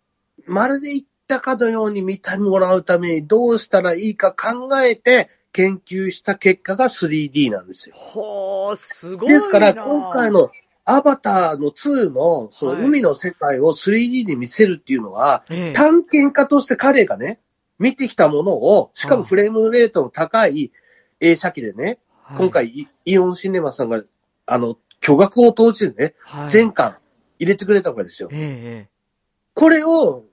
Speaker 1: まるで行ったかのように見てもらうためにどうしたらいいか考えて研究した結果が 3D なんですよ。
Speaker 2: ほう、すごいな。
Speaker 1: ですから、今回。のアバターの2の、そ
Speaker 2: はい
Speaker 1: の海の世界を 3D で見せるっていうのは、
Speaker 2: ええ。
Speaker 1: 探検家として彼がね、見てきたものを、しかも
Speaker 2: はい
Speaker 1: フレームレートの高い映写機でね、
Speaker 2: はい
Speaker 1: 今、回イイオンシネマさんが、あの、巨額を投じてね、
Speaker 2: はい
Speaker 1: 全巻入れてくれたわけですよ。
Speaker 2: ええ。
Speaker 1: これを、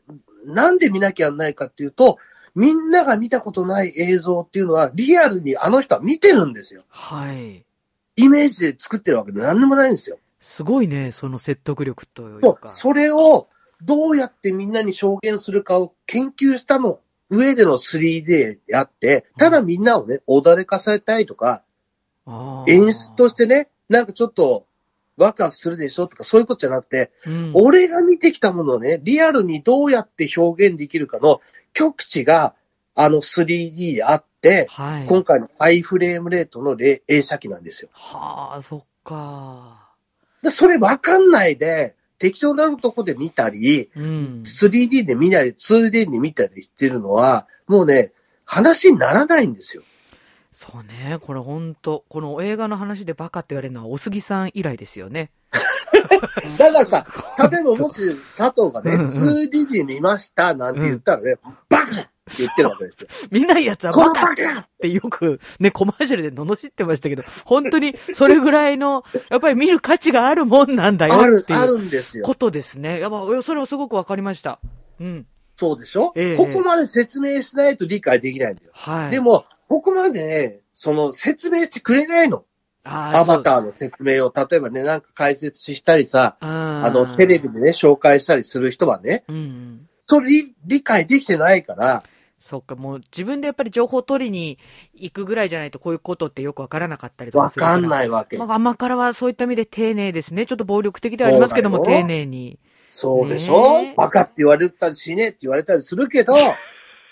Speaker 1: なんで見なきゃいけないかっていうと、みんなが見たことない映像っていうのは、リアルにあの人は見てるんですよ。
Speaker 2: はい。
Speaker 1: イメージで作ってるわけで何でもないんですよ。
Speaker 2: すごいね、その説得力という
Speaker 1: そう
Speaker 2: か。
Speaker 1: それをどうやってみんなに証言するかを研究したの上での 3D であって、ただみんなをね、おだれかされたいとか、
Speaker 2: ああ
Speaker 1: 演出とし、てね、なんかちょっとワクワクするでしょとかそういうことじゃなくて、
Speaker 2: うん、
Speaker 1: 俺が見てきたものをね、リアルにどうやって表現できるかの極地があの 3D であって、
Speaker 2: はい。
Speaker 1: 今回のハイフレームレートのれ映写機なんですよ。
Speaker 2: はあ、そっか。
Speaker 1: でそれわかんないで、適当なとこで見たり、
Speaker 2: うん。
Speaker 1: 3D で見たり、2D で見たりしてるのは、もうね、話にならないんですよ。
Speaker 2: そうね、これほんと、この映画の話でバカって言われるのはお杉さん以来ですよね。
Speaker 1: だか らさ、例えばもし佐藤がね、
Speaker 2: うんうん
Speaker 1: 2D で見ましたなんて言ったらね、バカって言ってるわけですよ。
Speaker 2: 見ないやつは
Speaker 1: こ
Speaker 2: バ
Speaker 1: の
Speaker 2: カ
Speaker 1: バカ
Speaker 2: ってよくね、コマーシャルで罵ってましたけど、本当にそれぐらいの、やっぱり見る価値があるもんなんだよ
Speaker 1: ある
Speaker 2: っ、て
Speaker 1: あ
Speaker 2: いう
Speaker 1: るんですよ。
Speaker 2: ことですね。やっぱ、それはすごくわかりました。うん。
Speaker 1: そうでしょ、
Speaker 2: ええ
Speaker 1: ここまで説明しないと理解できないんだよ。
Speaker 2: はい。
Speaker 1: でも、ここまでね、その説明してくれないの。
Speaker 2: あー、
Speaker 1: アバ
Speaker 2: ー。
Speaker 1: ターの説明を、例えばね、なんか解説したりさ、
Speaker 2: あ
Speaker 1: あの、テレビでね、紹介したりする人はね、
Speaker 2: うんうん。
Speaker 1: それ理理解できてないから、
Speaker 2: そっか、もう自分でやっぱり情報を取りに行くぐらいじゃないとこういうことってよくわからなかったりとか
Speaker 1: わ
Speaker 2: するら。
Speaker 1: かんないわけ
Speaker 2: ま。あ、甘からはそういった意味で丁寧ですね。ちょっと暴力的ではありますけども、
Speaker 1: そうだ
Speaker 2: 丁
Speaker 1: よ
Speaker 2: 寧に。
Speaker 1: そうでしょ、
Speaker 2: ねえ
Speaker 1: バカって言われたりしねえって言われたりする けど、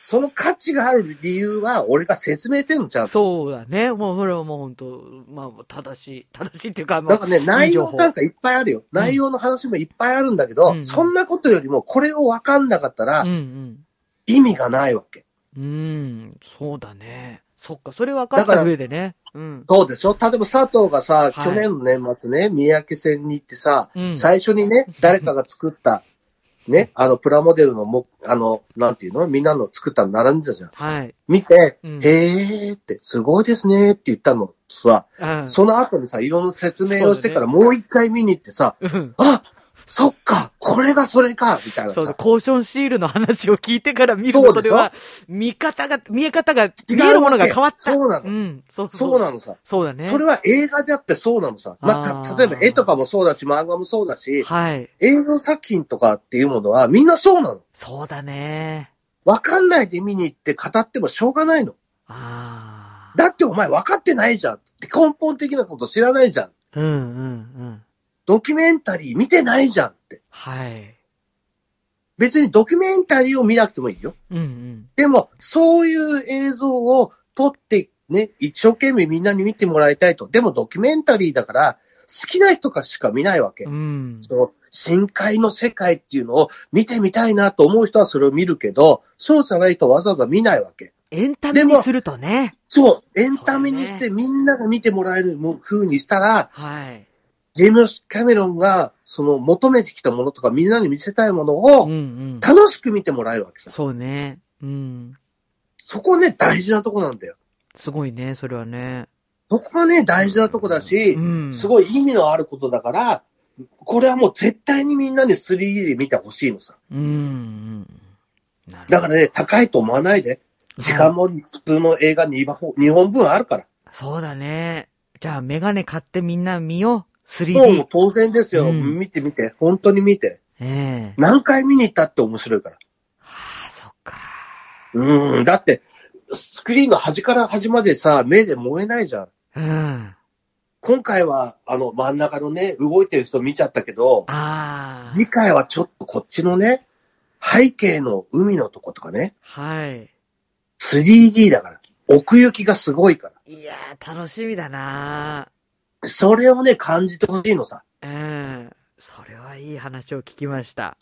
Speaker 1: その価値がある理由は、俺が説明してんのちゃんと。
Speaker 2: そうだね。もうそれはもう本当まあ、正しい、正しいっていうか、ま
Speaker 1: だ
Speaker 2: あ
Speaker 1: からね、内容なんかいっぱいあるよ。
Speaker 2: 情報
Speaker 1: 内容の話もいっぱいあるんだけど、
Speaker 2: うん
Speaker 1: そんなことよりもこれをわかんなかったら
Speaker 2: うんうん。
Speaker 1: 意味がないわけ。
Speaker 2: うん、そうだね。そっか、それ分かった上でね。うん。
Speaker 1: そうでしょ例えば佐藤がさ、
Speaker 2: い
Speaker 1: 去年の年末ね、三宅線に行ってさ、
Speaker 2: うん
Speaker 1: 最初にね、誰かが作った、ね、あの、プラモデルのも、あの、なんていうのみんなの作ったの並んでたじゃん。
Speaker 2: はい。
Speaker 1: 見て、
Speaker 2: うん
Speaker 1: へーって、すごいですねって言ったのさ、
Speaker 2: うん。
Speaker 1: その後にさ、いろんな説明をしてから
Speaker 2: そ
Speaker 1: もう一回見に行ってさ、
Speaker 2: うん
Speaker 1: あそっか、これがそれか、みたいな
Speaker 2: そう
Speaker 1: さ。
Speaker 2: コーションシールの話を聞いてから見る
Speaker 1: そうでしょ
Speaker 2: ことでは、見方が、見え方が、
Speaker 1: け
Speaker 2: 見えるものが変わった。
Speaker 1: そうなの
Speaker 2: ん、そうそう。
Speaker 1: そうなのさ。
Speaker 2: そうだね。
Speaker 1: それは映画であってそうなのさ。まあ、
Speaker 2: あ
Speaker 1: た
Speaker 2: ー
Speaker 1: 例えば絵とかもそうだし、漫画もそうだし、
Speaker 2: はい。
Speaker 1: 映像作品とかっていうものはみんなそうなの。
Speaker 2: そうだね。
Speaker 1: わかんないで見に行って語ってもしょうがないの。
Speaker 2: ああ。
Speaker 1: だってお前分かってないじゃん。根本的なこと知らないじゃん。
Speaker 2: うんうんうん。
Speaker 1: ドキュメンタリー見てないじゃんって。
Speaker 2: はい。
Speaker 1: 別にドキュメンタリーを見なくてもいいよ。
Speaker 2: うんうん。
Speaker 1: でも、そういう映像を撮ってね、一生懸命みんなに見てもらいたいと。でもドキュメンタリーだから、好きな人かしか見ないわけ。
Speaker 2: うん。
Speaker 1: その深海の世界っていうのを見てみたいなと思う人はそれを見るけど、そうじゃない人はわざわざ見ないわけ。
Speaker 2: エンタメにするとね。
Speaker 1: そう、エンタメにし
Speaker 2: そう
Speaker 1: てみんなが見てもらえるも風にしたら、
Speaker 2: はい。
Speaker 1: ジェームス・キャメロンがその求めてきたものとかみんなに見せたいもの
Speaker 2: うん
Speaker 1: を
Speaker 2: うん。
Speaker 1: 楽しく見てもらえるわけさ。
Speaker 2: そうね。うん。
Speaker 1: そこね、大事なとこなんだよ。
Speaker 2: すごいね、それはね。
Speaker 1: そこがね、大事なとこだし
Speaker 2: う、ん。
Speaker 1: す
Speaker 2: い。
Speaker 1: ごい意味のあることだから、これはもう絶対にみんなに 3D で見てほしいのさ。
Speaker 2: うんうん。なるほど
Speaker 1: だからね、高いと思わないで。時間も普通の映画2本二本分あるから。
Speaker 2: そうだね。じゃあ、メガネ買ってみんな見よう。
Speaker 1: もうも
Speaker 2: 3D。
Speaker 1: う当然ですよ。
Speaker 2: うん
Speaker 1: 見て見て。本当に見て。
Speaker 2: ええ
Speaker 1: 何回見に行ったって面白いから。
Speaker 2: はあ、そっか。
Speaker 1: うん。だって、スクリーンの端から端までさ、目で燃えないじゃん。
Speaker 2: うん。あ
Speaker 1: 今回は、あの、真ん中のね、動いてる人見ちゃったけど、
Speaker 2: あ。
Speaker 1: 次回はちょっとこっちのね、背景の海のとことかね、
Speaker 2: はい。
Speaker 1: 3D だから、奥行きがすごいから。
Speaker 2: いやー、楽しみだな
Speaker 1: それをね、感じてほしいのさ。
Speaker 2: うん。それはいい話を聞きました。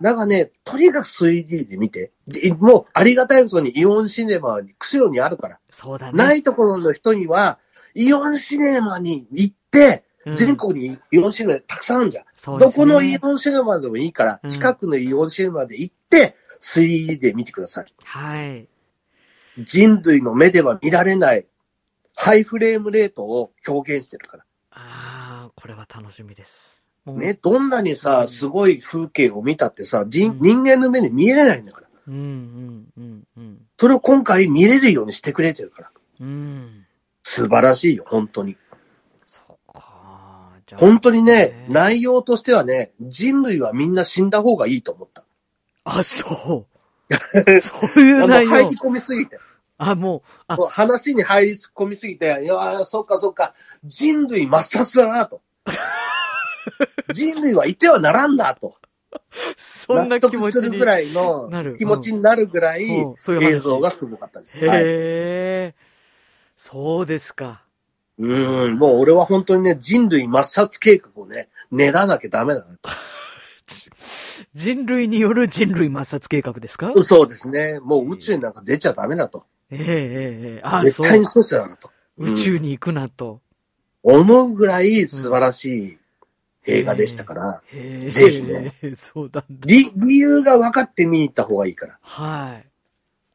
Speaker 1: だからね、とにかく 3D で見て。でもう、ありがたいことにイオンシネマに、釧路にあるから。
Speaker 2: そうだね。
Speaker 1: ないところの人には、イオンシネマに行って、
Speaker 2: うん
Speaker 1: 全国にイオンシネマたくさんあるじゃん。
Speaker 2: そうです
Speaker 1: ど
Speaker 2: ね
Speaker 1: このイオンシネマでもいいから
Speaker 2: う、ん
Speaker 1: 近くのイオンシネマで行って、3D で見てください。
Speaker 2: はい。
Speaker 1: 人類の目では見られない、ハイフレームレートを表現してるから。
Speaker 2: ああ、これは楽しみです。もう
Speaker 1: ね、。どんなに
Speaker 2: う
Speaker 1: さ、
Speaker 2: ん
Speaker 1: すごい風景を見たってさ、人
Speaker 2: うん
Speaker 1: 人間の目で見えれないんだから。
Speaker 2: うん、うん、うん、うん。
Speaker 1: それを今回見れるようにしてくれてるから。
Speaker 2: うん。
Speaker 1: 素晴らしいよ、本当に。
Speaker 2: そっか。じゃあ
Speaker 1: 本当にね、
Speaker 2: な、
Speaker 1: 内容としてはね、人類はみんな死んだ方がいいと思った。
Speaker 2: あ、 そう。そういう
Speaker 1: もう
Speaker 2: 内
Speaker 1: 入
Speaker 2: 容
Speaker 1: り。込みすぎて。
Speaker 2: あ、もう、あ
Speaker 1: も、う話に入り込みすぎて、いやー、そっかそっか、人類抹殺 だなと。人類はいてはならんだと。
Speaker 2: そん
Speaker 1: 納
Speaker 2: な気持ち
Speaker 1: 得す
Speaker 2: に
Speaker 1: るぐらいの
Speaker 2: なる
Speaker 1: 気持ちになるぐらい
Speaker 2: うんそういう話
Speaker 1: 映像がすごかったです。はい
Speaker 2: へえ、そうですか。
Speaker 1: うん、もう俺は本当にね、人類抹殺計画をね、練らなきゃダメだなと。
Speaker 2: 人類による人類抹殺計画ですか
Speaker 1: そうですね。もう宇宙になんか出ちゃダメだと。
Speaker 2: ええええええあ、
Speaker 1: 絶
Speaker 2: そ
Speaker 1: 対
Speaker 2: う
Speaker 1: に。そうじゃなと。
Speaker 2: 宇宙に行くなと。
Speaker 1: 思うぐらい素晴らしい映画でしたから、
Speaker 2: へえ
Speaker 1: ぜひね
Speaker 2: そうなんだ。
Speaker 1: 理、理由が分かって見に行った方がいいから。
Speaker 2: はい。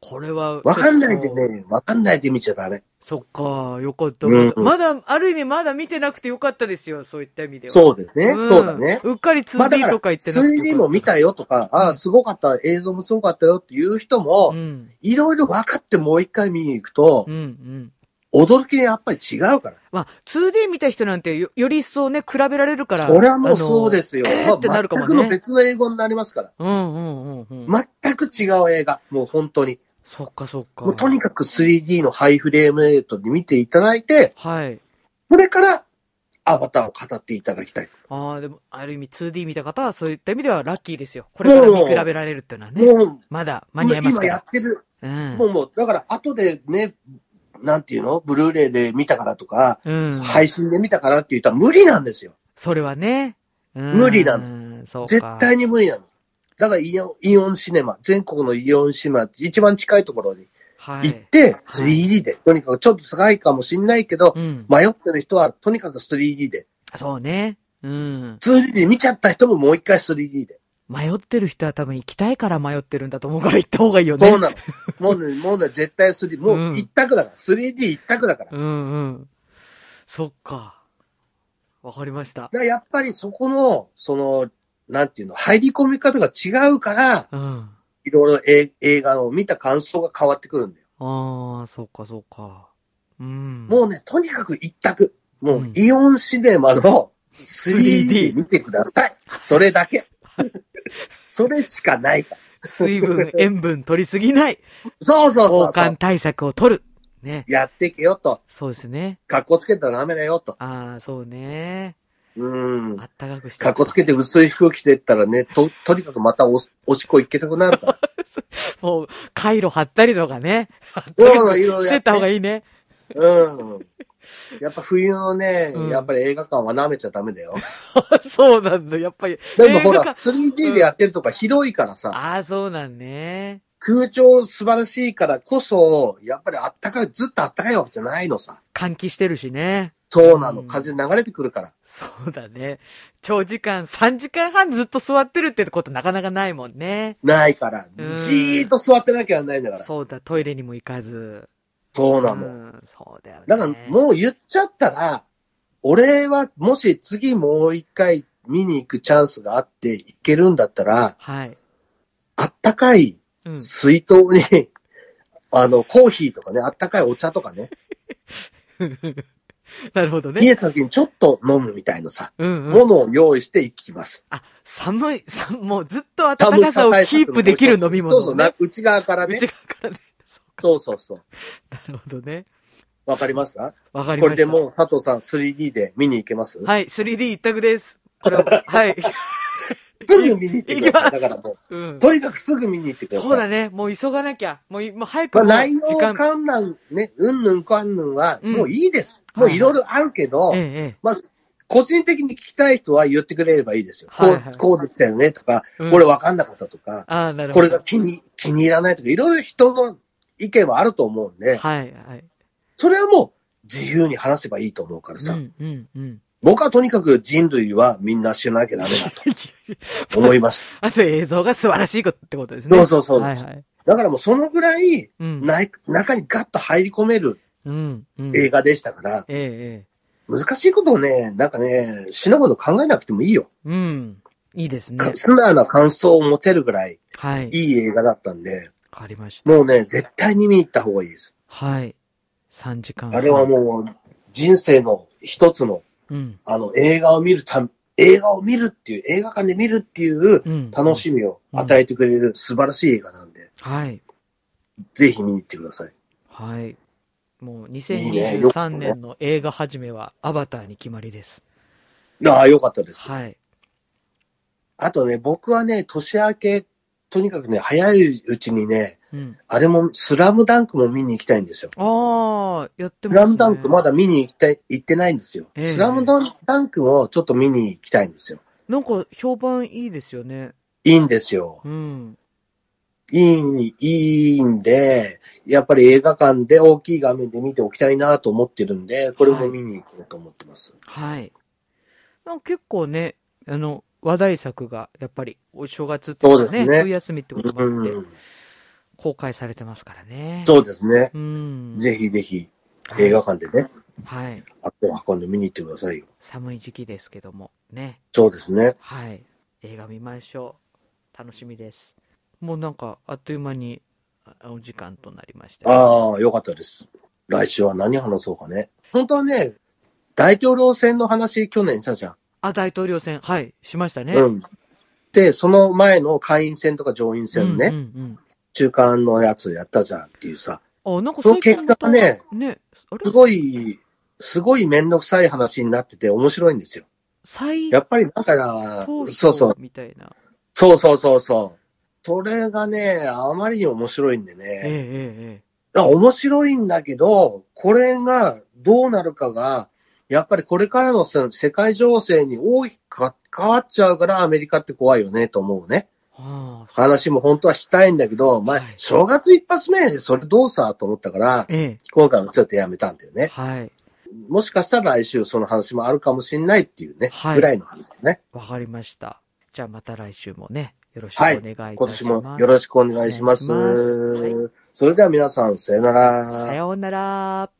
Speaker 2: これは。
Speaker 1: 分かんないで。ね、分かんないで見ちゃダメ。
Speaker 2: そっか、よかった。
Speaker 1: うん
Speaker 2: まだ、ある意味まだ見てなくてよかったですよ、そういった意味では。
Speaker 1: そうですね。
Speaker 2: ん
Speaker 1: そうだね。
Speaker 2: うっかり
Speaker 1: まあだ
Speaker 2: 2D
Speaker 1: から、
Speaker 2: とか言ってなくてよかった。
Speaker 1: 3D も見たよとか、ああ、すごかった、映像もすごかったよっていう人
Speaker 2: う
Speaker 1: も、
Speaker 2: ん。
Speaker 1: いろいろ分かってもう一回見に行くと
Speaker 2: うん、う、ん。
Speaker 1: 驚きがやっぱり違うから。
Speaker 2: まあ、2D 見た人なんてよ、より一層ね、比べられるから。。
Speaker 1: 俺はもうそうですすよ。
Speaker 2: えー
Speaker 1: まあ
Speaker 2: ってなるかもね
Speaker 1: 全くの別の英語になりますから。
Speaker 2: うんうんうんうん。
Speaker 1: 全く違う映画。もう本当に。
Speaker 2: そっかそっか。
Speaker 1: もうとにかく 3D のハイフレームレートで見ていただいて、
Speaker 2: はい。
Speaker 1: これからアバターを語っていただきたい。
Speaker 2: ああ、でも、ある意味 2D 見た方は、そういった意味ではラッキーですよ。これから見比べられるっていうのはね。
Speaker 1: もう、
Speaker 2: まだ間に合います
Speaker 1: 今
Speaker 2: か
Speaker 1: や
Speaker 2: ら
Speaker 1: っ。てる。
Speaker 2: うん
Speaker 1: も。うもう、だから後でね、なんていうのブルーレイで見たからとか、
Speaker 2: うん。
Speaker 1: 配信で見たからって言ったら無理なんですよ。
Speaker 2: それはね。うん
Speaker 1: 無理な
Speaker 2: そうか。
Speaker 1: 絶対に無理なの。だからイオンイオンシネマ、全国のイオンシネマ、一番近いところに
Speaker 2: は
Speaker 1: 行っ
Speaker 2: い。
Speaker 1: て、3D で、とにかくちょっと高いかもしんないけど
Speaker 2: う、ん。
Speaker 1: 迷ってる人はとにかく 3D で、
Speaker 2: そうね。うん。
Speaker 1: 2D で見ちゃった人ももう一回 3D で。
Speaker 2: 迷ってる人は多分行きたいから迷ってるんだと思うから行った方がいいよね。
Speaker 1: そうなの。もうね、もうね、絶対 3D、も
Speaker 2: うん
Speaker 1: う一択だから、3D 一択だから。だか
Speaker 2: うんうん。そっか。わかりました。
Speaker 1: らやっぱりそこの、その、なんていうの、入り込み方が違うから、
Speaker 2: うん。
Speaker 1: いろいろえ映画を見た感想が変わってくるんだよ。
Speaker 2: ああ、そうか、そうか。うん。
Speaker 1: もうね、とにかく一択。も
Speaker 2: う、
Speaker 1: うんイオンシネマの 3D 見てください。それだけ。 それしかないから。
Speaker 2: 水分、塩分取りすぎない。
Speaker 1: そう そうそ
Speaker 2: 防
Speaker 1: うそ
Speaker 2: 寒
Speaker 1: う。
Speaker 2: 対策を取る。ね。
Speaker 1: やってけよと。
Speaker 2: そうですね。
Speaker 1: 格好つけたらダメだよと。
Speaker 2: ああ、そうね。
Speaker 1: うん
Speaker 2: あ。ったかくして。
Speaker 1: 格好つけて薄い服着てったらね、と、とにかくまたおし、おしっこ行けたくなるから。
Speaker 2: もう、回路貼ったりとかね。
Speaker 1: うん、いろいろ
Speaker 2: し
Speaker 1: や
Speaker 2: て
Speaker 1: って
Speaker 2: た方がいいね。
Speaker 1: うん。やっぱ冬のね、
Speaker 2: うん
Speaker 1: やっぱり映画館は舐めちゃダメだよ。
Speaker 2: そうなんだ、やっぱり。
Speaker 1: でもほ
Speaker 2: 映画
Speaker 1: ら、
Speaker 2: 館
Speaker 1: 3D でやってるとか広いからさ、
Speaker 2: ああ、そうなんね。
Speaker 1: 空調素晴らしいからこそ、やっぱりあったかい、ずっとあったかいわけじゃないのさ。
Speaker 2: 換気してるしね。
Speaker 1: そうなの、
Speaker 2: うん
Speaker 1: 風流れてくるから。
Speaker 2: そうだね。長時間、3時間半ずっと座ってるってことなかなかないもんね。
Speaker 1: ないから、
Speaker 2: うん
Speaker 1: じーっと座ってなきゃいけないんだから。
Speaker 2: そうだ、トイレにも行かず。
Speaker 1: そうな
Speaker 2: う
Speaker 1: の。
Speaker 2: ん、そうだよね。
Speaker 1: だから
Speaker 2: う、
Speaker 1: もう言っちゃったら、俺はもし次もう一回見に行くチャンスがあって行けるんだったら、
Speaker 2: はい。
Speaker 1: あったかい
Speaker 2: うん。
Speaker 1: 水筒に、 あの、コーヒーとかね、あったかいお茶とかね、
Speaker 2: なるほど
Speaker 1: 冷
Speaker 2: ね。
Speaker 1: えた時にちょっと飲むみたいなさ、
Speaker 2: うん、うん
Speaker 1: も。のを用意していきます。
Speaker 2: あ、寒い、さもうずっと暖かさをキープできる飲み物、ね。
Speaker 1: そうそう、な内側からね
Speaker 2: 内。側からね。そうか。
Speaker 1: そうそうそう。
Speaker 2: なるほどね。
Speaker 1: わかりますか
Speaker 2: わかり
Speaker 1: こ
Speaker 2: ました。
Speaker 1: れでもう佐藤さん 3D で見に行けます
Speaker 2: はい、3D 一択です。これ は、はい。
Speaker 1: すぐ見に行ってくださ
Speaker 2: 行
Speaker 1: い。だ
Speaker 2: きます
Speaker 1: からも
Speaker 2: うん
Speaker 1: う、。とにかくすぐ見に行ってください。
Speaker 2: そうだね。もう急がなきゃ。もうい、もう早く
Speaker 1: まあ、
Speaker 2: もう
Speaker 1: 内容観覧ね、うんぬんかんぬんは、
Speaker 2: うん
Speaker 1: もういいです。
Speaker 2: はい
Speaker 1: もういろいろあるけど、
Speaker 2: ええ、
Speaker 1: まあ、個人的に聞きたい人は言ってくれればいいですよ。こ、
Speaker 2: はいはいう
Speaker 1: こうでしたよねとか、
Speaker 2: ええ。
Speaker 1: これ
Speaker 2: は。
Speaker 1: わかんなかったとか、
Speaker 2: ああ、なるほ
Speaker 1: こ
Speaker 2: ど。
Speaker 1: れが気に、気に入らないとか、いろいろ人の意見はあると思うんで、
Speaker 2: はい、はい。
Speaker 1: それはもう自由に話せばいいと思うからさ、
Speaker 2: うん、うん、うん。
Speaker 1: 僕はとにかく人類はみんな死ななきゃダメだ と思いまし
Speaker 2: あと映像が素晴らしいことってことです
Speaker 1: た。
Speaker 2: ね。
Speaker 1: そうそうそう。
Speaker 2: はい、はい。
Speaker 1: だからもうそのぐらい、
Speaker 2: うん。
Speaker 1: ない中にガッと入り込める
Speaker 2: うん、うん。
Speaker 1: 映画でしたから、
Speaker 2: ええ、え
Speaker 1: 難しいことをね、なんかね、死ぬこと考えなくてもいいよ。
Speaker 2: え。うん。いいですね
Speaker 1: か。素直な感想を持てるぐらい
Speaker 2: はい。
Speaker 1: いい映画だったんで、
Speaker 2: わかりました。
Speaker 1: もうね、絶対に見に行った方がいいです。
Speaker 2: はい。3時間。
Speaker 1: あれはもう人生の一つの
Speaker 2: う、うん。
Speaker 1: あの、映画を見るたん、映画を見るっていう、映画館で見るっていう
Speaker 2: うん。
Speaker 1: 楽しみを与えてくれる素晴らしい映画なんで、
Speaker 2: はい。
Speaker 1: ぜひ見に行ってください。
Speaker 2: はい。もう
Speaker 1: いいねよく
Speaker 2: 2023年の映画始めはアバターに決まりです。
Speaker 1: ああ、よかったです。
Speaker 2: はい。
Speaker 1: あとね、僕はね、年明け、とにかくね、早いうちにね、
Speaker 2: うん。
Speaker 1: あれも、スラムダンクも見に行きたいんですよ。
Speaker 2: ああ、やってます、
Speaker 1: ス
Speaker 2: ね。
Speaker 1: ラムダンクまだ見に行きたい、行ってないんですよ。
Speaker 2: ええ
Speaker 1: スラムダンクもちょっと見に行きたいんですよ。
Speaker 2: なんか評判いいですよね。
Speaker 1: いいんですよ。
Speaker 2: うん。
Speaker 1: いい、いいんで、やっぱり映画館で大きい画面で見ておきたいなと思ってるんで、これも見に行こうと思ってます。
Speaker 2: はい。なんか結構ね、あの、話題作が、やっぱり、お正月って
Speaker 1: そう
Speaker 2: か
Speaker 1: で
Speaker 2: ね、
Speaker 1: すね
Speaker 2: 冬休みってこともあっ
Speaker 1: う
Speaker 2: て、
Speaker 1: ん
Speaker 2: 公開されてますからね。
Speaker 1: そうですね。
Speaker 2: う。ん。
Speaker 1: ぜひぜひ映画館でね、
Speaker 2: はい。
Speaker 1: 足を運んで見に行ってくださいよ。
Speaker 2: 寒い時期ですけども、ね。
Speaker 1: そうですね。
Speaker 2: はい。映画見ましょう。楽しみです。もうなんか、あっという間に、あお時間となりました。
Speaker 1: ああ、よかったです。来週は何話そうかね。本当はね、大統領選の話去年したじゃん。
Speaker 2: あ、大統領選、はい、しましたね。
Speaker 1: うん。で、その前の会員選とか上院選ね、
Speaker 2: うんうん
Speaker 1: 中間のやつやったじゃんっていうさ、
Speaker 2: うん、あ、なんか最近
Speaker 1: その結果ね
Speaker 2: またね、あれ
Speaker 1: すご。い、すごいめんどくさい話になってて面白いんですよ。
Speaker 2: 再
Speaker 1: やっぱりだから
Speaker 2: 投、票
Speaker 1: そうそう、
Speaker 2: みたいな。
Speaker 1: そうそうそうそう。それがね、あまりに面白いんでね。
Speaker 2: ええええ
Speaker 1: あ面白いんだけど、これがどうなるかが、やっぱりこれからのその世界情勢に大きくか変わっちゃうからアメリカって怖いよねと思うね。
Speaker 2: ああ、
Speaker 1: 話も本当はしたいんだけど、まあ
Speaker 2: はい、
Speaker 1: 正月一発目でそれどうさと思ったから、
Speaker 2: え
Speaker 1: 今回もちょっとやめたんだよ
Speaker 2: え
Speaker 1: ね。
Speaker 2: はい、
Speaker 1: もしかしたら来週その話もあるかもしれないっていうね、
Speaker 2: はい
Speaker 1: ぐらいの話ね。
Speaker 2: わかりました。じゃあまた来週もね、よろしくお
Speaker 1: は
Speaker 2: 願い
Speaker 1: い
Speaker 2: いたします。
Speaker 1: 今年もよろしくお願いします。
Speaker 2: お願いしますは
Speaker 1: それでは皆さん、さよなら。
Speaker 2: さようなら。